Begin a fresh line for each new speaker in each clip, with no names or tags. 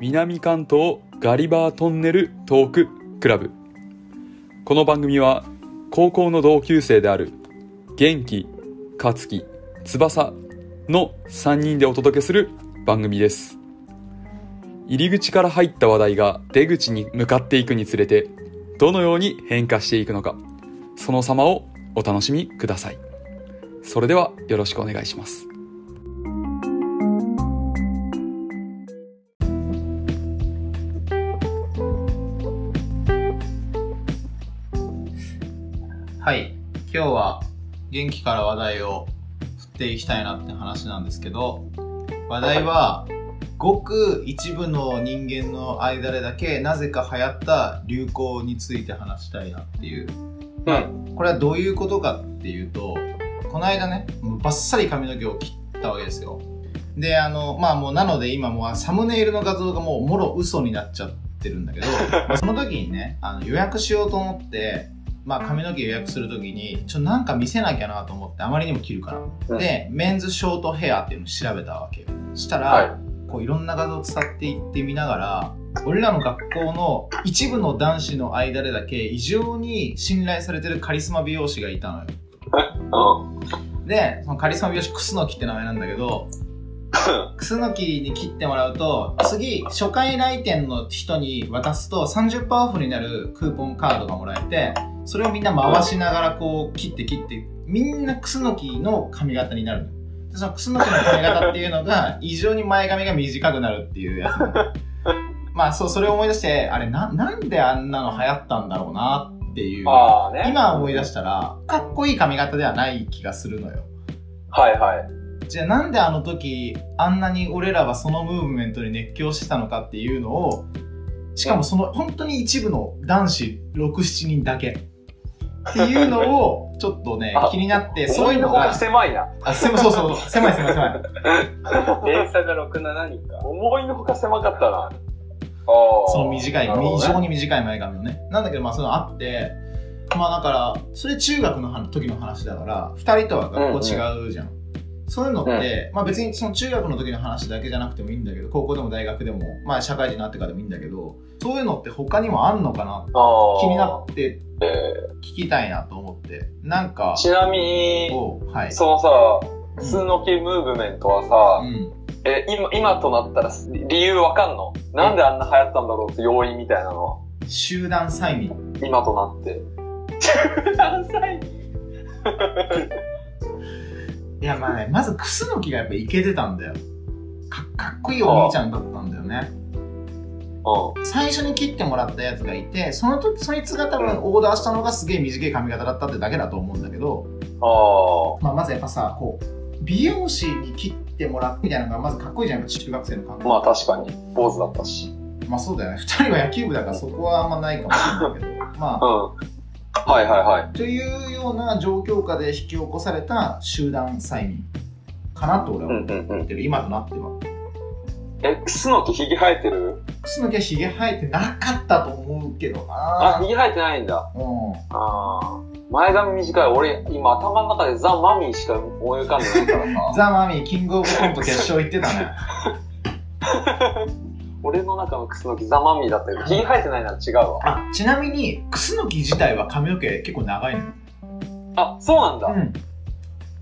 南関東ガリバートンネルトーククラブこの番組は高校の同級生である元気勝樹翼の3人でお届けする番組です入り口から入った話題が出口に向かっていくにつれてどのように変化していくのかその様をお楽しみくださいそれではよろしくお願いします
はい今日は元気から話題を振っていきたいなって話なんですけど話題はごく一部の人間の間でだけなぜか流行った流行について話したいなっていう
はい
これはどういうことかっていうとこの間ねもうバッサリ髪の毛を切ったわけですよであのまあもうなので今もうサムネイルの画像がもうもろ嘘になっちゃってるんだけどまあその時にねあの予約しようと思ってまあ髪の毛予約する時にちょなんか見せなきゃなと思ってあまりにも切るから、
うん
でメンズショートヘアっていうのを調べたわけよしたら、こういろんな画像を伝っていってみながら俺らの学校の一部の男子の間でだけ異常に信頼されてるカリスマ美容師がいたのよでそのカリスマ美容師クスノキって名前なんだけどクスノキに切ってもらうと次初回来店の人に渡すと30%オフになるクーポンカードがもらえてそれをみんな回しながらこう切って切ってみんなクスノキの髪型になるのでそのクスノキの髪型っていうのが異常に前髪が短くなるっていうやつな のまあそうそれを思い出してあれななんであんなの流行ったんだろうなっていう
ああね。
今思い出したらかっこいい髪型ではない気がするのよ
はいはい。
じゃあなんであの時あんなに俺らはそのムーブメントに熱狂してたのかっていうのをしかもその本当に一部の男子67人だけっていうのをちょっとね
あ
気になってそういうの
思いの方
が
狭いな。
あ狭いそうそうそう狭い狭い狭い
連鎖が67人か。
思いのほか狭かったな。ああ。
その短い、
なるほ
異
どね
常に短い前髪のねなんだけどまあそういうのあってまあだからそれ中学の話時の話だから2人とは学校違うじゃん、そういうのって、まあ別にその中学の時の話だけじゃなくてもいいんだけど高校でも大学でもまあ社会人になってからでもいいんだけどそういうのって他にもあんのかな
ああ
気になって
え
聞きたいなと思ってなんか
ーちなみに、
をはい
そのさ、スノキムーブメントは
う
さ、
ん
え今、今となったら理由わかんのなんであんな流行ったんだろうって要因みたいなのは、
集団催眠
今となって。何歳
いやまあねまずクスノキがやっぱイケてたんだよかかっこいいお兄ちゃんだったんだよね
う
最初に切ってもらったやつがいてその時そいつが多分オーダーしたのがすげえ短い髪型だったってだけだと思うんだけど、
ん。あ
まあ、まずやっぱさこう美容師に切ってもらうみたいなのがまずかっこいいじゃんやっぱ中学生の感
あ。
覚
まあ確かに、坊主だったし。うん。
まあそうだよね2人は野球部だからそこはあんまないかもしれないけどまあ
はいはいはい。
というような状況下で引き起こされた集団催眠かなと俺は
う
思
ん
っ
うんうん。
てる、今となっては
え、スノキひげ生えてる
靴の毛はひげ生えてなかったと思うけど
あ、
な
ひげ生えてないんだ。
うん
あー前髪短い俺今頭の中でザ・マミーしか思い浮かんでないから さ
ザ・マミーキングオブコント決勝行ってたね
俺の中のクスノキザ・マミーだったけどひげ生えてないなら違うわ
あちなみにクスノキ自体は髪の毛結構長いのよ、
あそうなんだ、
ん、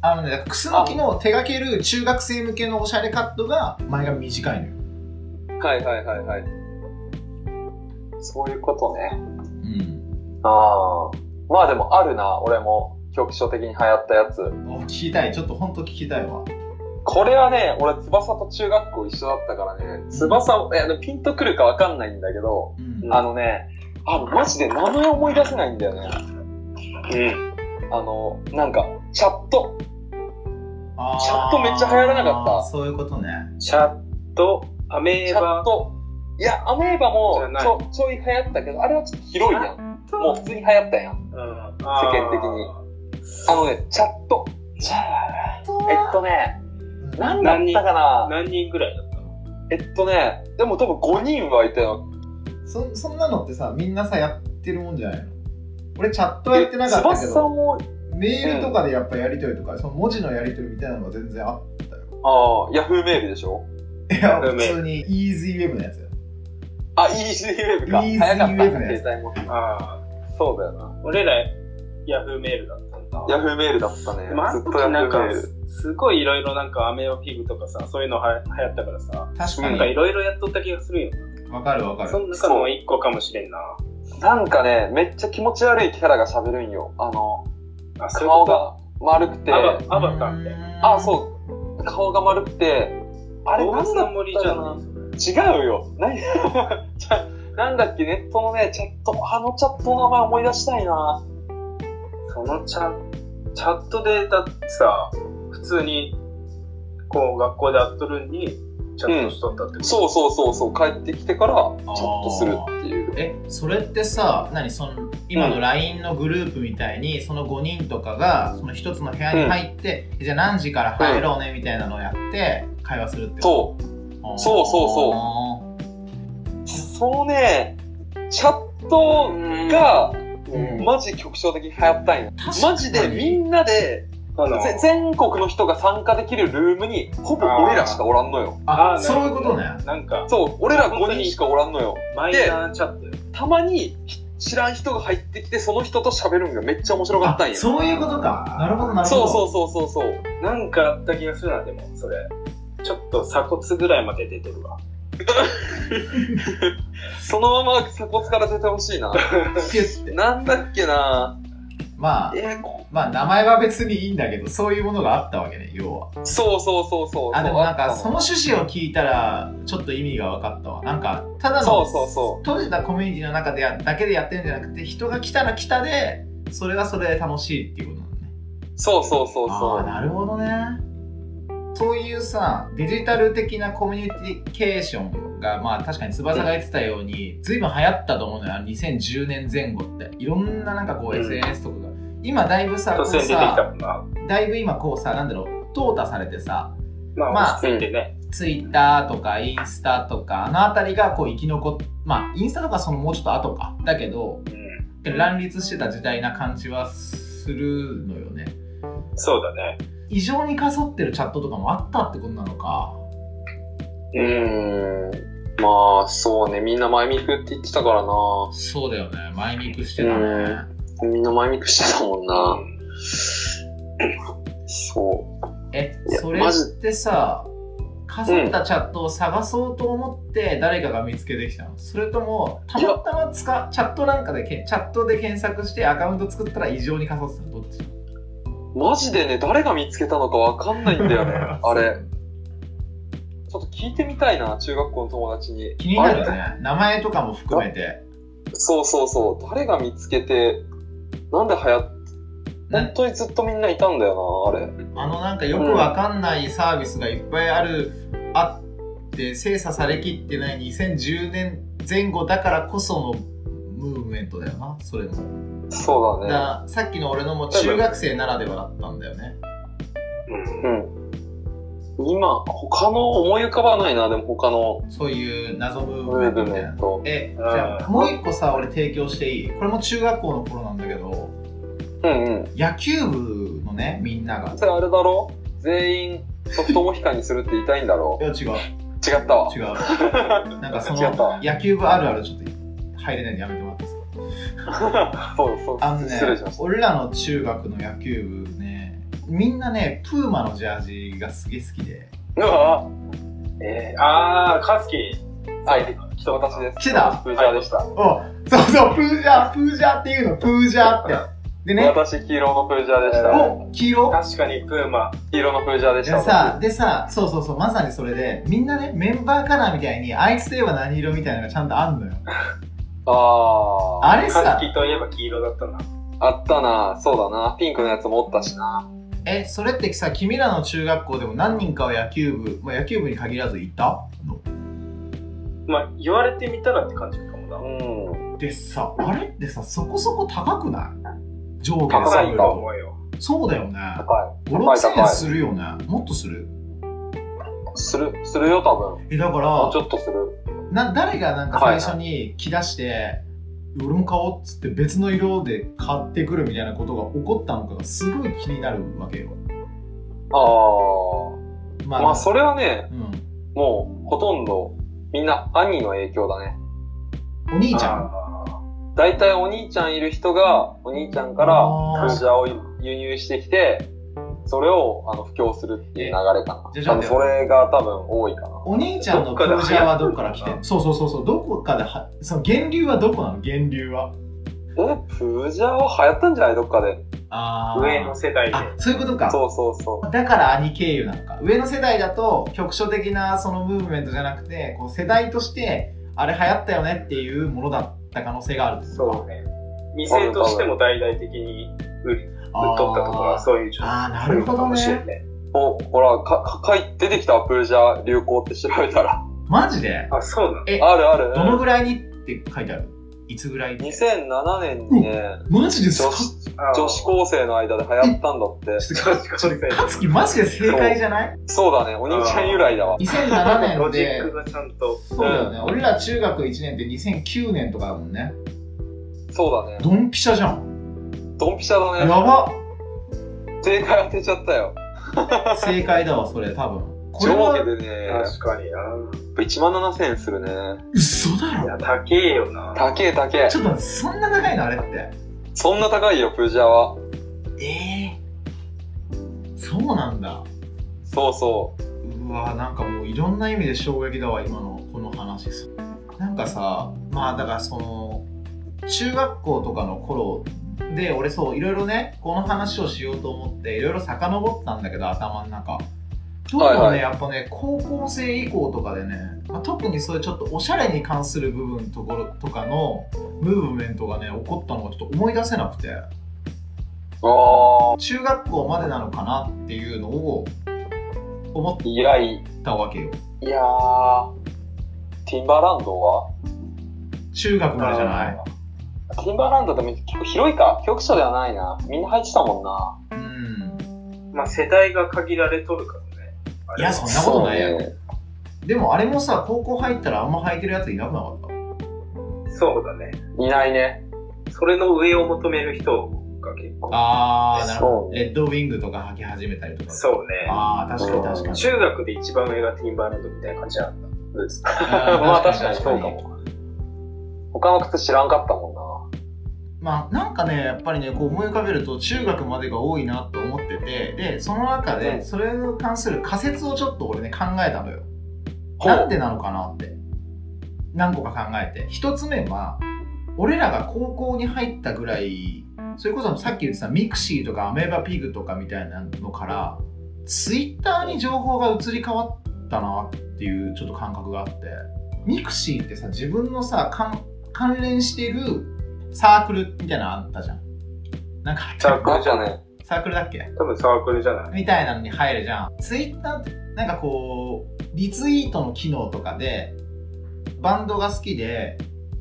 あのねクスノキの手掛ける中学生向けのおしゃれカットが前髪短いのよ、
はいはいはいはいそういうことね
うん、
ああまあでもあるな俺も局所的に流行ったやつ
お聞きたいちょっとほんと聞きたいわ
これはね俺翼と中学校一緒だったからね翼えあのピンとくるかわかんないんだけど
うん
あのねあマジで名前思い出せないんだよね
うん。
あのなんかチャット
あー
チャットめっちゃ流行らなかった
そういうことね
チャット、アメ
チ
ー
ャ
バ
ッ、ト。いや、アメーバ
じ
も
ゃない
ちょちょい流行ったけど、あれはちょっと広いやん。もう普通に流行ったやん。
うん、世
間的にあのね、チャット。
チャット
えっとね、
うん
何だったかな
何人ぐらいだったの
えっとね、でも多分5人はいたよ。
そそんなのってさみんなさやってるもんじゃないの俺チャットやってなかったけ
翼
ど
も、
メールとかでやっぱやりとりとか、その文字のやりとりみたいなのが全然あっ
ああ、ヤフーメールでしょ
いや
うん
普通にイージーウェブのやつよ
あ、イージーウェブか。
イージー
早かった。
ウェブね
携帯も。
あ
そうだよな。
あ。俺ら、ヤフーメールだったんだ。
ヤフーメールだったね。
でもあ
ず
の
っと
時
ヤフ
なん
ー
か
メール。、
すごいいろいろなんか、アメオピグとかさ、そういうのは流行ったからさ、
確
なんか
か
いろいろやっとった気がするよ。
に。わかるわか
そ
る。
の中の一個かもしれんな。
なんかね、めっちゃ気持ち悪いキャラが喋るんよ。あの、
あ、そういう
顔
こ
が丸くて。
とアバアバターみたいな。
あ、
う
そう。顔が丸くて。あれ、
動
なん
物
だ
の
っ
森
た
じゃ
かな
な
い違うよ。何 ちゃなんだっけ、ネットのね、チャット、あのチャットの名前思い出したいな。
そのチャチャットでだってさ、普通に、こう、学校で会っとるんに、チャットしとったってこと、
そうそうそうそう、帰ってきてから、チャットするっていう。
え、それってさ、何その、今の LINE のグループみたいに、その5人とかが、その1つの部屋に入って、じゃあ何時から入ろうねみたいなのをやって、会話するってこと
そう。そうそうそう
そ
そのね、チャットが、
うん
マジ局所的に流行ったんよ。
確かに
マジでみんなで、
あの
ぜ全国の人が参加できるルームに、ほぼ俺らしかおらんのよ。
あ、
あー
そういうことね。
なんか、
そう、俺ら5人しかおらんのよ。
マイナーチャットよ。
たまにひ知らん人が入ってきて、その人と喋るんがめっちゃ面白かったん
あ
よ。そう
そういうことか。なるほど、なるほ
そ
ど。
うそうそうそう。
なんかあった気がするな、でも、それ。ちょっと鎖骨ぐらいまで出てるわ。
そのまま鎖骨から出てほしいな。
ピュッて。
なんだっけな
まあ、
えーこ
まあ名前は別にいいんだけど、そういうものがあったわけね、要は。
そうそうそうそう。
あ、でもなんか、
そう
その趣旨を聞いたら、ちょっと意味が分かったわ。なんか、ただの、
そうそうそう
閉じたコミュニティの中でやだけでやってるんじゃなくて、人が来たら来たで、それはそれで楽しいっていうことなのね。
そうそうそう
ああ、
そう。
なるほどね。そういうさ、デジタル的なコミュニケーションが、まあ確かに翼が言ってたように、ずいぶん流行ったと思うのよ、あの2010年前後って。いろんななんかこう
うん
SNS とかが。今だいぶさ、こ
突
う
然出てきた
さ
もんな。
だいぶ今こうさ、なんだろう、淘汰されてさ、
まあ、
まあ
落ち着いてね。
ツイッターとかインスタとかあの辺りがこう生き残っまあインスタとかそのもうちょっと後かだけど
うん。
乱立してた時代な感じはするのよね
そうだね。
異常にかそってるチャットとかもあったってことなのか
うーん。まあ、そうね。みんな前ミクって言ってたからな。
そうだよね前に行くして
たねみんな前ミクしてたもんな。そ
え
いや
それ
マジ
ってさかそったチャットを探そうと思って誰かが見つけてきたのそれともたまたまつかチャットなんかでけチャットで検索してアカウント作ったら異常にかそってたのどっち。
う。マジでね、誰が見つけたのかわかんないんだよねあれ。ちょっと聞いてみたいな、中学校の友達に。
気になるよ
あれ
ね名前とかも含めて
そうそうそう。誰が見つけて、なんで流行っ
な
本当にずっとみんないたんだよな、あれ。
あのなんかよくわかんないサービスがいっぱいある、あって精査されきってない2010年前後だからこそのムーブメントだよなそれも
そう
だか
だね。
らさっきの俺のも中学生ならではだったんだよね
うん。
うん。今、他の思い浮かばないな、でも他の
そういう謎ムーブ
ム
メ
ー
ント
ブ
みた
メ
いな
ン
え
ト。
じゃあもう一個さ俺提供していいこれも中学校の頃なんだけど
うんうん。
野球部のねみんなが
それあれだろ全員、ソフトモヒカンにするって言いたいんだろ
いや違う
違ったわ。
違うなんかそ
違った
の野球部あるあるちょっと入れないんでやめてもらっていいですか
そうそう。
あのね
失礼しま、した。
俺らの中学の野球部ね、みんなね、プーマのジャージがすげえ好きで。
うわ
えー、あー、カスキ
ぁはい、私です。
来た
私プージャーでした。
おそうそう、プージャー、プージャーっていうの、プージャーって。でね、
私、黄色のプージャーでした。
お黄色
確かにプーマ。
黄色のプージャーで
で
した。
さ、でさ、そうそうそう、まさにそれで、みんなね、メンバーカラーみたいに、あいつといえば何色みたいなのがちゃんとあんのよ。
あー。
あれ
カ
さ
ス、キといえば黄色だったな。
あったなそうだなピンクのやつもおったしな
え、それってさ、君らの中学校でも何人かは野球部、まあ、野球部に限らずいたの
まあ、言われてみたらって感じかもな。
うん。
でさ、あれってさ、そこそこ高くない上下で
高
さ
い
ぶ
と
る
と
と
思。うよ。
そうだよね。
高
5、
高い
6
高
円
い
するよね。もっとする。
い。する、するよ、多分。
え、だか
もうち
ら、
ょっとする。
な誰がなんか
はい
最初
はい
に着出して、俺も買おうっつって別の色で買ってくるみたいなことが起こったのかがすごい気になるわけよ。
ああ。
ま
まあ、それはね、
うん。
もう、ほとんど、みんな、兄の影響だね。
お兄ちゃん
ん。
大体お兄ちゃんいる人が、お兄ちゃんから
あー
クジラを輸入してきて、それをあの布教するっていう流れか
え
な。
じゃあ
多分それが多分多いかな。
お兄ちゃんのプロジェはどっから来てんのそうそうそうそうどこかではその源流はどこなの源流は
え、プジャは流行ったんじゃないどっかで。
あー
上の世代で。
あそういうことか
そうそうそう。
だから兄経由なのか上の世代だと局所的なそのムーブメントじゃなくてこう世代としてあれ流行ったよねっていうものだった可能性があるんです
そうね。店としても大々的に売り売っとったとか、そういう状
あーな
そうい
る
うこ
ほ
とか
ど
もしれな
ね
い。
お、ほら、か、か、かい、出てきたプージャ流行って調べたら。
マジで
あ、そうなの
あるある。
どのぐらいにって書いてあるいつぐらいに
?2007 年にね、
マジですか
女
ち
子、
あー
女子高生の間で流行ったんだって。
ょっとそれかつきマジで正解じゃない
そうだね、お兄ちゃん由来だわ。
2007年
ロジ
で
ックがちゃんと。
そうだよね俺ら中学1年って2009年とかだもんね
そうだね。
ドンピシャじゃん
ドンピシャだ
や
ね。
ば
正解当てちゃったよ。
正解だわそれ多分これ
上下
は
でね、やっ
確かにな。
ぱ1万7000円するね。
嘘だろ
いや、高えよな。
高え高え
ちょ。っと待ってそんな長いのあれって
そんな高いよ、プージャは。
えー、そうなんだ
そうそう。
うわなんかもういろんな意味で衝撃だわ今のこの話なんかさまあだからその中学校とかの頃で俺そういろいろねこの話をしようと思っていろいろ遡ったんだけど頭の中どうもね、
はいはい
やっぱね高校生以降とかでね、まあ特にそういうちょっとおしゃれに関する部分ところとかのムーブメントがね起こったのがちょっと思い出せなくて
あ
中学校までなのかなっていうのを思
ー、以来。
ったわけよ
いやー、ティンバーランドは
中学までじゃない
ティンバーランドでも結構広いか。局所ではないな。みんな入ってたもんな。
うん
まあ、世代が限られとるからね。あれは
や
い
そんなことないよ
そうね
でもあれもさ高校入ったらあんま履いてるやついなくなかった
そうだね。
いないね。
それの上を求める人が結構。
あ
ー
ー
な
な
る
る
ほど
ほどレッドウィングとか履き始めたりとか
そうね。
ああ確かに確かに
中学で一番上がティンバーランドみたいな感じなんだ。ブーツ
まあ確かにそうかも。他の靴知らんかったもんな。
まあなんかねやっぱりねこう思い浮かべると中学までが多いなと思っててでその中
う
で
ん
それに関する仮説をちょっと俺ね考えたのよ
ほう
なんでなのかなって何個か考えて一つ目は俺らが高校に入ったぐらいそれこそさっき言ってたミクシーとかアメーバピグとかみたいなのからツイッターに情報が移り変わったなっていうちょっと感覚があってミクシーってさ自分のさ関関連しているサークルみたいなのあったじゃんなんかあった
サーク
あ
ル
っ
じゃ
た
ない。
ね。
サークルだっけ
多分サークルじゃない。
みたいなのに入るじゃん。ツイッターってなんかこう、リツイートの機能とかで、バンドが好きで、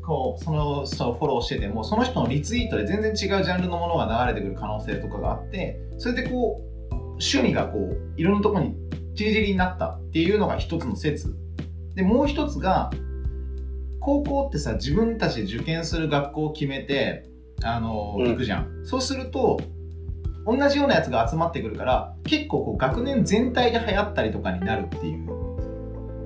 こう、その人をフォローしてても、その人のリツイートで全然違うジャンルのものが流れてくる可能性とかがあって、それでこう、趣味がこう、いろんなとこに散り散りになったっていうのが一つの説。で、もう一つが、高校ってさ、自分たちで受験する学校を決めて、あの、
うん
行くじゃん。そうすると、同じようなやつが集まってくるから結構こう学年全体で流行ったりとかになるっていう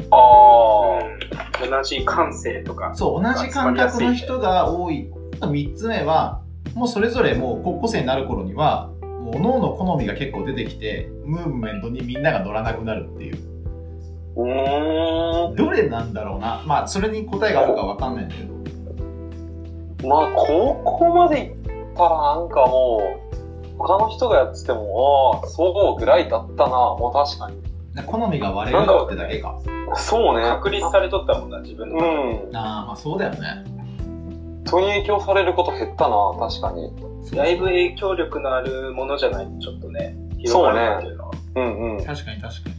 ああ。
うん同じ感性とか。
そう同じ感覚の人が多いあと3つ目はもうそれぞれもう高校生になる頃にはもう脳の好みが結構出てきてムーブメントにみんなが乗らなくなるっていう
うーん。
どれなんだろうなまあそれに答えがあるかわかんないんだけど
まあ、高校まで行ったらなんかもう、他の人がやってても、ああ、そうぐらいだったな。もう確かに。
な好みが割れるってだけか
そうね。
確立されとったもんな、自分の。
うん。
ああまあそうだよね
人に影響されること減ったな。確かに。
だいぶ影響力のあるものじゃないとちょっとね、広がるっていうのは。
うんうん。
確かに確かに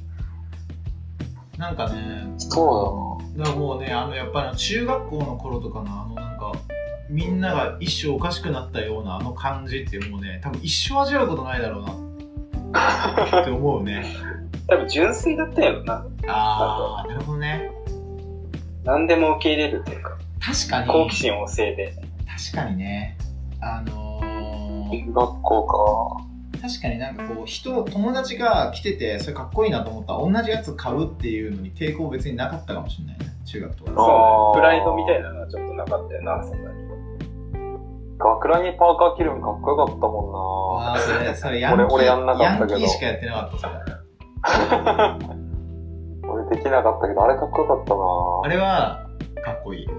なんかね
そ
だからもうねあのやっぱり中学校の頃とかのあのなんかみんなが一生おかしくなったようなあの感じってもうね多分一生味わうことないだろうなって思う ね
多分純粋だったよな。
ああなるほどね
何でも受け入れるっていうか、
確かに
好奇心旺盛で。
確かにねあの
うだ
ー
な。学校
確かになんかこう人友達が来ててそれかっこいいなと思ったら同じやつ買うっていうのに抵抗別になかったかもしれないね中学とかだ
あ
と。
ー
そうねプライドみたいなのはちょっとなかったよな、そんなに。
学ランにパーカー着るのかっこよかったもんな
ああ、それ、それヤンキー、
俺俺やんなか
ヤ
った
ン
け
キ
ど
ーしかやってなかった、それ。
俺できなかったけど、あれかっこよかった
あ
な
れは、かっこいい。
か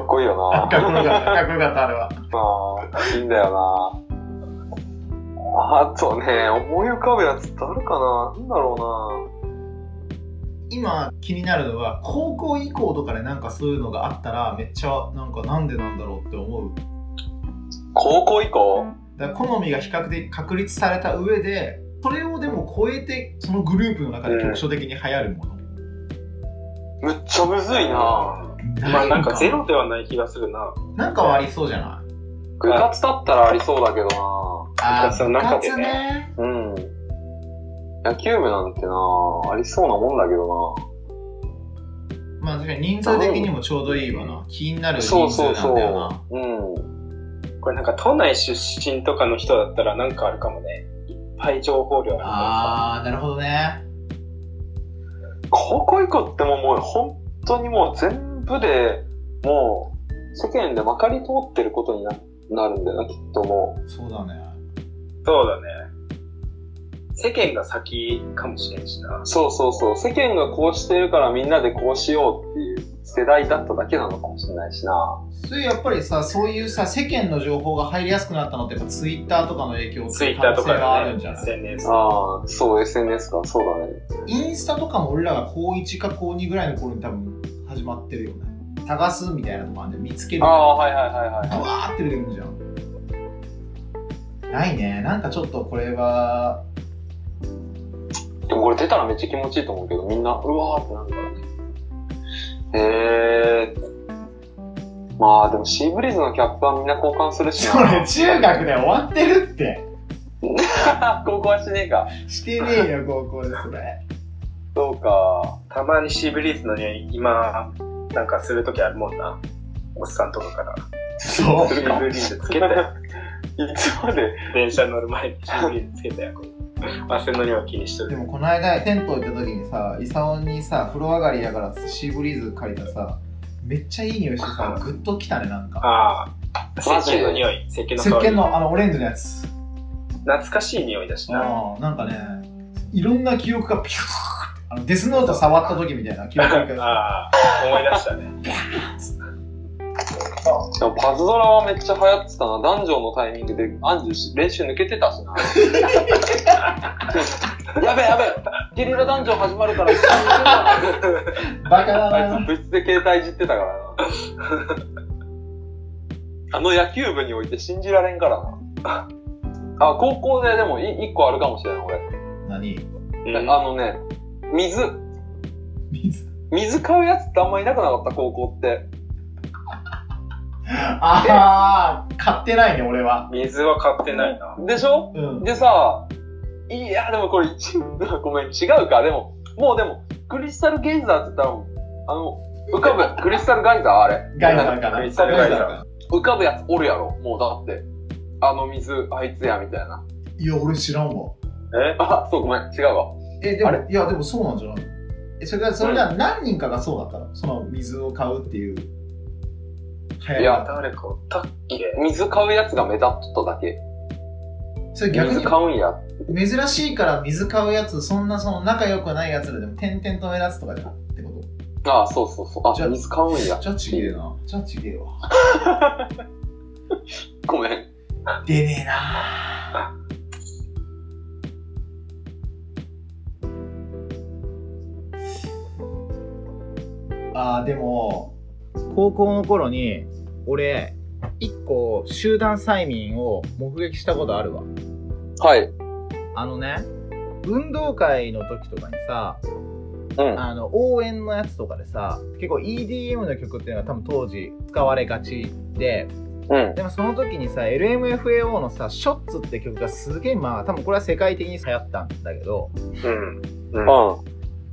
っこいいよ
か
な
っこよかった、かっこよかった、あれは。
まあ、いいんだよなあとね、思い浮かぶやつってあるかななんだろ
今気になるのは高校以降とかでなんかそういうのがあったらめっちゃなんかなんでなんだろうって思う
うな高校以降
だから好みが比較的確立された上でそれをでも超えてそのグループの中で局所的に流行るもの、
むっちゃむずいな
まあなんかゼロではない気がするな。
なんかはありそうじゃない
部活だったらありそうだけど
あ
部活の中でね
部活ね
なうん。野球部なんてなありそうなもんだけど
まあ確かに人数的にもちょうどいいわな気になる
な
人
そう
数
そ
なん
う
だよな
そう。うん。
これなんか都内出身とかの人だったらなんかあるかもね。いっぱい情報量あるか
あーなるほどね
高校以降ってもうもう本当にもう全部で、もう世間でまかり通ってることにななるんだよな、きっともう。
そうだね
らさ。そうだね。世間が先かもしれんしな。
そうそうそう。世間がこうしてるからみんなでこうしようっていう世代だっただけなのかもしれないしな。
それやっぱりさそういうさ世間の情報が入りやすくなったのってやっぱツイッターとかの影響っ
ツ
て
イ
いう
ッタ
可
ー
能
と
性があ
か
るん
で
じゃ
ね、
ない
SNS。
ああ、そう、SNS か。そうだね。
インスタとかも俺らが高1か高2ぐらいの頃に多分始まってるよね探すみたいなのもあるんで見つける
あ
みたいな
あ、はいはいはい
ブ
は。
ワーって出てくるじゃんないねなんかちょっとこれはい
でもこれ出たらめっちゃ気持ちいいと思うけど、みんな、うわーってなるからね。へえー。まあでもシーブリーズのキャップはみんな交換するしな。
そ れ中学で終わってるって
高校はしねえか。
してねえよ高校でそれ
そうか。
たまにシーブリーズの匂い、今、なんかするときあるもんな。おっさんとかから。
そう
シーブリーズつけたよ。
いつまで
電車乗る前にシーブリーズつけたよ。こう汗の匂い気にしと
で
る。
もこの間テント行った時にさイサオにさ風呂上がりやからシーブリーズ借りたさめっちゃいい匂いしてさグッときたねなんか
ああ、石
マジで
鹸の匂い。石鹸の
石
香り。
鹸のあのオレンジのやつ
懐かしい匂いだしな。
ああなんかねいろんな記憶がピューってあのデスノート触った時みたいな記憶 が
ああ、思い出したね。
でもパズドラはめっちゃ流行ってたな。男女のタイミングでアンジュし練習抜けてたしな。やべえやべえゲリラ男女始まるから、
バカだ
あい
な
つ部室で携帯いじってたからな。あの野球部において信じられんからな。あ、高校ででもい一個あるかもしれない、
何
俺。
うん
あのね、水。
水
水買うやつってあんまいなくなかった、高校って。
ああ買ってないね俺は
水は買ってないな。
でしょ
うん
でさ、いや、でもこれ 一、ごめん、違うか。でも、もうでも、クリスタルゲイザーって言ったら、あの、浮かぶ、クリスタルガイザーあれ。
ガイさんかな
クリスタルガイザー
浮かぶやつおるやろ。もうだって、あの水、あいつや、みたいな。
いや俺知らんわ
え
あ、そう、ごめん、違うわ。
えでも
あれ
いやでもそうなんじゃないえそれがそれが何人かがそうだったのその水を買うっていう流行
い
り
や
が
誰かおったっけ
水買うやつが目立っとっただけ。
それ逆
水買うんや。
に珍しいから水買うやつそんなその仲良くないやつらでも点々と目立つとかじゃんってこと
あそうそうそう。
じゃ
あ、
あ
水買うんや。
じゃあちげえなじゃあちげえわ
ごめん。
出ねえなあーでも高校の頃に俺一個集団催眠を目撃したことあるわ
はい。
あのね運動会の時とかにさ
うん。
あの応援のやつとかでさ結構 EDM の曲っていうのが多分当時使われがちで
うん。
でもその時にさ LMFAO のさ「ショッツ」って曲がすげえまあ多分これは世界的に流行ったんだけど
うん。
うん。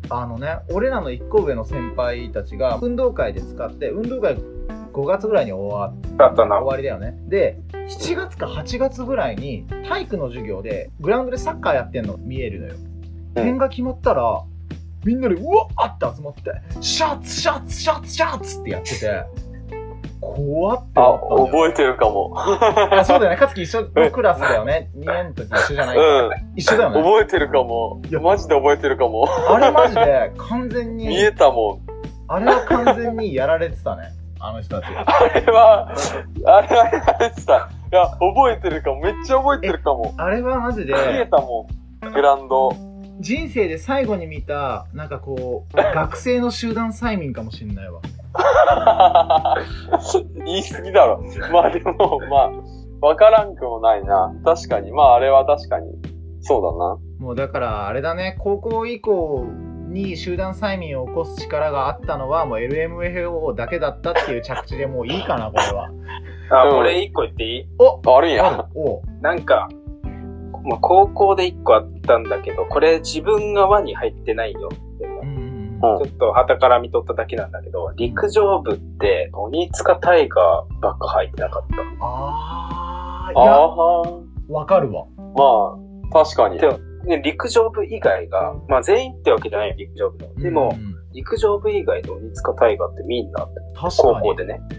あのね俺らの一個上の先輩たちが運動会で使って運動会5月ぐらいに終わっ
だったな。
終わりだよねで7月か8月ぐらいに体育の授業でグラウンドでサッカーやってんの見えるのよ点が決まったらみんなでうわーって集まって、シャツ、シャツ、シャツ、シャツってやってて、怖って
あ、
思ったんだよ
覚えてるかも。
あ、そうだよね。かつき一緒のクラスだよね。2年の時一緒じゃ
う
ない、
ん。
一緒だよね。
覚えてるかも。
いや
マジで覚えてるかも。
あれマジで完全に
見、えたもん。
あれは完全にやられてたね。あの人たち。
あれは、あれはやられてた。いや、覚えてるかも。めっちゃ覚えてるかも。
あれはマジ
見え
で、
たもん。グラウンド。
人生で最後に見た、なんかこう、学生の集団催眠かもしんないわ。
言い過ぎだろ。まあでも、まあ、わからんくもないな。確かに。まああれは確かに。そう
もうだからあれだね高校以降に集団催眠を起こす力があったのはもう LMFAO だけだったっていう着地でもういいかなこれは
あ、
うん
これ一個言っていい
だな。あるん
ある
や。
おう
なんか、まあ、高校で一個あったんだけど、これ自分が輪に入ってないよ。でも
うんうん
うん
ちょっと旗から見とっただけなんだけど、陸上部って鬼塚大河ばっか入ってなかった。
あーい
あ
や
あー。
わかるわ
まあ、確かに。
でもね、陸上部以外が、まあ全員ってわけじゃないよ、陸上部の。でも
う、んうん
陸上部以外の鬼塚大河ってみんな、
確
高
か
校
に
でね。
ああ。
っ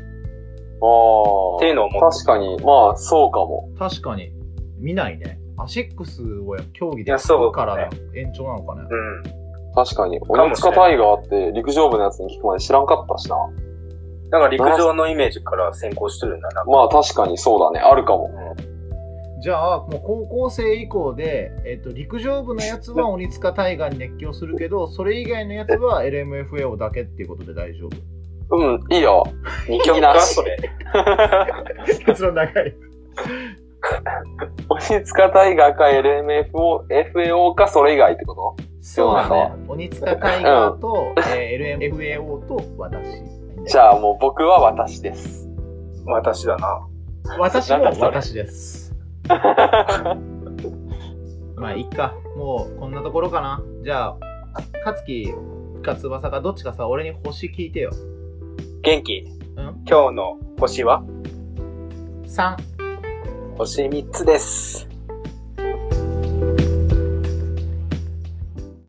ていうのを思って
確かに。まあ、そうかも。
確かに見ないねアシックスを競技
い
で
やそう
からの延長なのかね
うん。
確かに。
れない
鬼塚タイガーって陸上部のやつに聞くまで知らんかったしな。
だから陸上のイメージから先行してるんだな。
まあ、確かにそうだね。あるかも。
じゃあもう高校生以降で、えっと陸上部のやつは鬼塚大河に熱狂するけどそれ以外のやつは LMFAO だけっていうことで大丈夫
うん、いいよ。
二曲
な
か
し
それ。
結論長い
鬼塚タイガーか LMFO、FAO かそれ以外ってこと
そうだ
そうな
ね。鬼塚タイガーと、えー LMFAO と私。
じゃあもう僕は私です。
私だな。
私
なん
も
かそれ
私です。まあ、いっか。もう、こんなところかな。じゃあ、かつきか翼かどっちかさ、俺に星聞いてよ。
元気
うん
今日の星は
3。
星3つです。